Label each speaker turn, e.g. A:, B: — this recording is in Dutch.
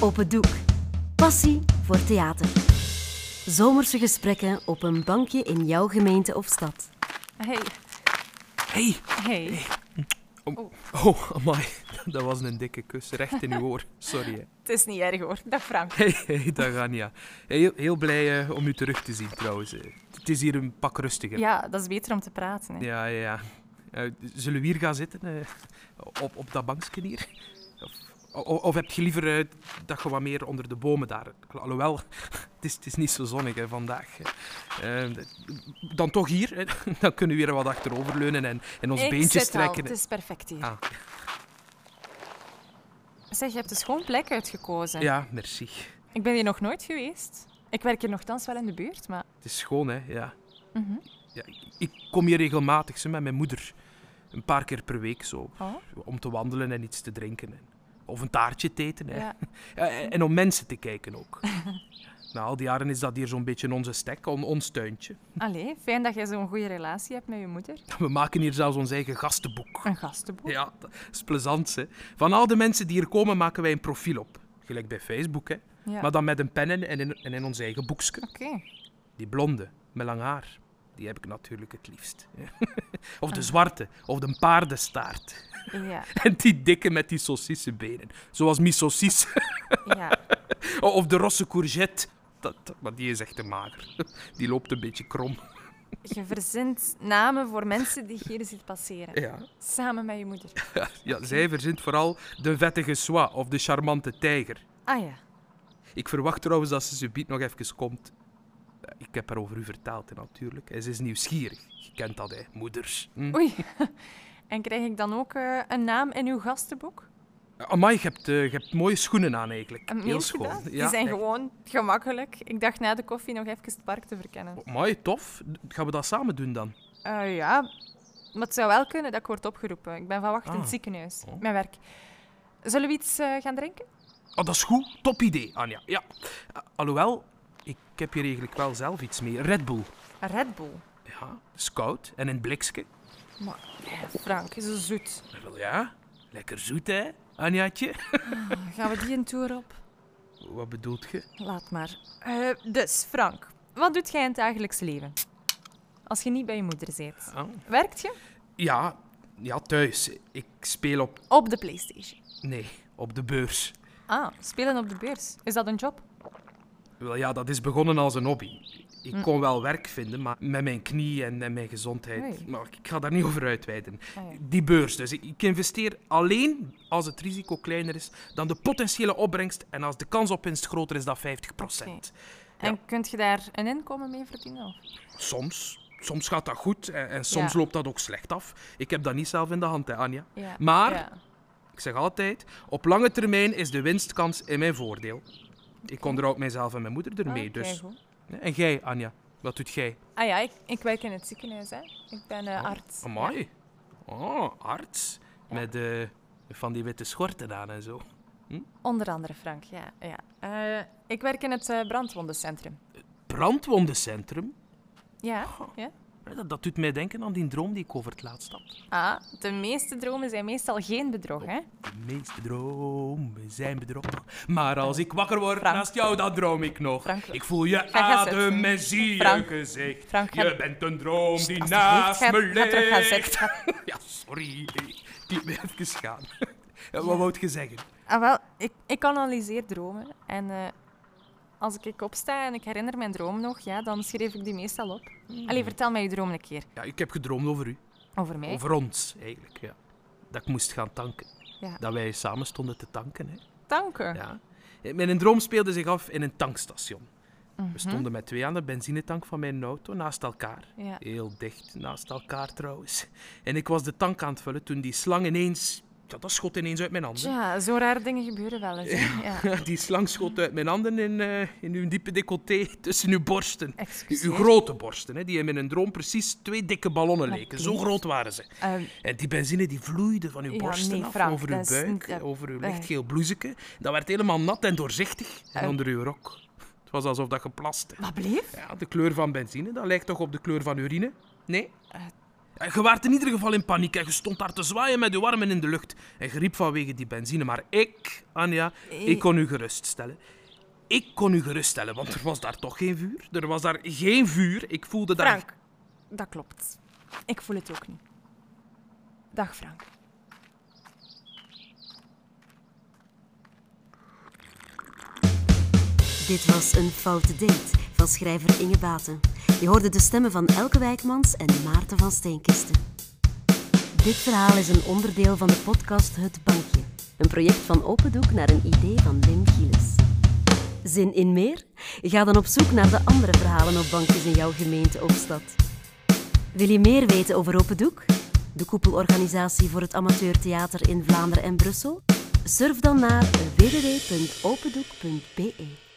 A: Op het doek. Passie voor theater. Zomerse gesprekken op een bankje in jouw gemeente of stad.
B: Hey,
C: Hey.
B: hey.
C: Oh, amai. Dat was een dikke kus, recht in uw oor. Sorry. Hè.
B: Het is niet erg hoor. Dag Frank.
C: Hey, hey, dag Anja. Heel, heel blij eh, om u terug te zien trouwens. eh. Het is hier een pak rustiger.
B: Ja, dat is beter om te praten. Hè.
C: ja. ja, ja. Eh, zullen we hier gaan zitten? eh, op, op dat bankje hier? Of, o- of heb je liever eh, dat je wat meer onder de bomen daar? Alhoewel, het is, het is niet zo zonnig hè, vandaag. Eh, dan toch hier. Hè. Dan kunnen we weer wat achteroverleunen en, en ons
B: Ik
C: beentjes
B: zit al,
C: strekken.
B: Het is eh, perfect hier.
C: Ah.
B: Zeg, je hebt een schoon plek uitgekozen.
C: Ja, merci.
B: Ik ben hier nog nooit geweest. Ik werk hier nogthans wel in de buurt, maar...
C: Het is schoon, hè? Ja.
B: Mhm.
C: ja ik- ik kom hier regelmatig zo, met mijn moeder. Een paar keer per week zo.
B: Oh,
C: Om te wandelen en iets te drinken. en- Of een taartje te eten. Hè.
B: ja.
C: Ja, eh, en en om mensen te kijken ook. Na al die jaren is dat hier zo'n beetje onze stek, on- ons tuintje.
B: Allee, fijn dat jij zo'n goede relatie hebt met je moeder.
C: We maken hier zelfs ons eigen gastenboek.
B: Een gastenboek.
C: Ja, dat is plezant, hè. Van al de mensen die hier komen, maken wij een profiel op. Gelijk bij Facebook, hè.
B: Ja.
C: Maar dan met een pen en en in, en in ons eigen boekske.
B: Oké.
C: Die blonde, met lang haar, die heb ik natuurlijk het liefst. Of
B: Ah.
C: de zwarte, of de paardenstaart.
B: Ja,
C: En die dikke met die saucissenbenen, zoals Miss Saucisse.
B: ja.
C: Of de rosse courgette. Dat, dat- maar die is echt te mager. Die loopt een beetje krom.
B: Je verzint namen voor mensen die je hier ziet passeren.
C: Ja,
B: Samen met je moeder.
C: ja zij verzint vooral de vettige soie of de charmante tijger.
B: Ah ja.
C: Ik verwacht trouwens dat ze subiet nog even komt. Ja, Ik heb haar over u verteld, hè, natuurlijk. En Ze is nieuwsgierig. Je kent dat, hè, moeders. Hm.
B: Oei. En krijg ik dan ook eh, een naam in uw gastenboek?
C: Amai, je hebt, eh, je hebt mooie schoenen aan eigenlijk.
B: Een
C: Heel
B: meentje
C: schoon.
B: dan? Die
C: Ja,
B: zijn
C: echt.
B: gewoon gemakkelijk. Ik dacht na de koffie nog even het park te verkennen.
C: Amai, tof. Gaan we dat samen doen dan?
B: Eh, ja, maar het zou wel kunnen dat ik word opgeroepen. Ik ben van wacht in
C: Ah.
B: het ziekenhuis.
C: Oh.
B: Mijn werk. Zullen we iets eh, gaan drinken?
C: Oh, dat is goed. Top idee, Anja. Ja. Eh, Alhoewel, ik heb hier eigenlijk wel zelf iets mee. Red Bull.
B: Red Bull.
C: Ja, dat is koud en in het blikske.
B: Maar eh, Frank, is zo zoet.
C: Eh, Wel ja, lekker zoet, hè, Anjaatje?
B: Gaan we die een tour op?
C: Wat bedoelt je?
B: Laat maar. Eh, dus, Frank, wat doet jij in het dagelijks leven? Als je niet bij je moeder bent.
C: Ah.
B: Werkt je?
C: Ja, ja, thuis. Ik speel op...
B: Op de Playstation.
C: Nee, op de beurs.
B: Ah, spelen op de beurs. Is dat een job?
C: Wel ja, dat is begonnen als een hobby. Ik kon wel werk vinden, maar met mijn knie en, en mijn gezondheid.
B: Oei.
C: Maar ik ga daar niet over uitweiden.
B: Ah, ja.
C: Die beurs dus. Ik, ik investeer alleen als het risico kleiner is dan de potentiële opbrengst en als de kans op winst groter is dan 50%.
B: En kunt je daar een inkomen mee verdienen? Of?
C: Soms. Soms gaat dat goed en, en soms
B: Ja.
C: loopt dat ook slecht af. Ik heb dat niet zelf in de hand, hè, Anja.
B: Ja.
C: Maar-
B: Ja.
C: Ik zeg altijd, op lange termijn is de winstkans in mijn voordeel. Ik onderhoud mijzelf en mijn moeder ermee,
B: Ah,
C: dus.
B: keigoed.
C: En jij, Anja, wat doet jij?
B: Ah ja, ik, ik werk in het ziekenhuis, hè. Ik ben eh, arts.
C: Oh, Amai. Oh, arts. Met eh, van die witte schorten aan en zo.
B: Onder andere, Frank, ja. ja. Eh, ik werk in het eh, brandwondencentrum.
C: Brandwondencentrum?
B: Ja,
C: Oh.
B: ja.
C: Dat, dat doet mij denken aan die droom die ik over het laatst had.
B: Ah, de meeste dromen zijn meestal geen bedrog, hè.
C: De meeste dromen zijn bedrog. Maar als ik wakker word
B: Frank.
C: naast jou, dan droom ik nog.
B: Frank.
C: Ik voel je
B: Ga jij zitten.
C: adem en zie je
B: Frank.
C: gezicht.
B: Frank, ga-
C: je bent een droom die
B: Alsjeblieft,
C: naast
B: ga-
C: me
B: ga terug gaan
C: ligt.
B: zitten. Ga-
C: Ja, sorry. Ik liet me even gaan. Ja, Wat wou je zeggen?
B: Ah, wel, ik, ik analyseer dromen. En eh, als ik- ik opsta en ik herinner mijn droom nog, ja, dan schreef ik die meestal op.
C: Hmm.
B: Allee, vertel mij je droom een keer.
C: Ja, ik heb gedroomd over u.
B: Over mij.
C: Over ons, eigenlijk, ja. Dat ik moest gaan tanken.
B: Ja.
C: Dat wij samen stonden te tanken, hè.
B: Dank u.
C: Ja. Mijn droom speelde zich af in een tankstation.
B: Mhm.
C: We stonden met twee aan de benzinetank van mijn auto naast elkaar.
B: Ja.
C: Heel dicht naast elkaar, trouwens. En ik was de tank aan het vullen toen die slang ineens... Ja, dat schot ineens uit mijn handen.
B: Tja, zo rare dingen gebeuren wel eens. hè. Ja.
C: Die slang schot uit mijn handen in, eh, in uw diepe decolleté tussen uw borsten.
B: Excuseer.
C: Uw grote borsten, hè, die in mijn droom precies twee dikke ballonnen leken. Zo
B: please.
C: groot waren ze.
B: Ehm,
C: En Eh, die benzine die vloeide van uw
B: Ja,
C: borsten
B: nee,
C: af,
B: Frank,
C: over uw
B: dat is
C: buik,
B: niet, eh,
C: over uw
B: eh.
C: lichtgeel bloeseke. Dat werd helemaal nat en doorzichtig. En
B: Eh.
C: onder uw rok. Het was alsof dat geplast.
B: wat bleef? Eh.
C: Ja, de kleur van benzine, dat lijkt toch op de kleur van urine? Nee? En je waart in ieder geval in paniek en je stond daar te zwaaien met je armen in de lucht. En je riep vanwege die benzine. Maar ik, Anja,
B: Eh.
C: ik kon u geruststellen. Ik kon u geruststellen, want er was daar toch geen vuur? Er was daar geen vuur. Ik voelde daar...
B: Frank, dat klopt. Ik voel het ook niet. Dag, Frank.
A: Dit was een foute date van schrijver Inge Baten. Je hoorde de stemmen van Elke Wijkmans en Maarten van Steenkisten. Dit verhaal is een onderdeel van de podcast Het Bankje. Een project van Opendoek naar een idee van Wim Gielis. Zin in meer? Ga dan op zoek naar de andere verhalen op bankjes in jouw gemeente of stad. Wil je meer weten over Opendoek? De koepelorganisatie voor het amateurtheater in Vlaanderen en Brussel? Surf dan naar www.opendoek.be.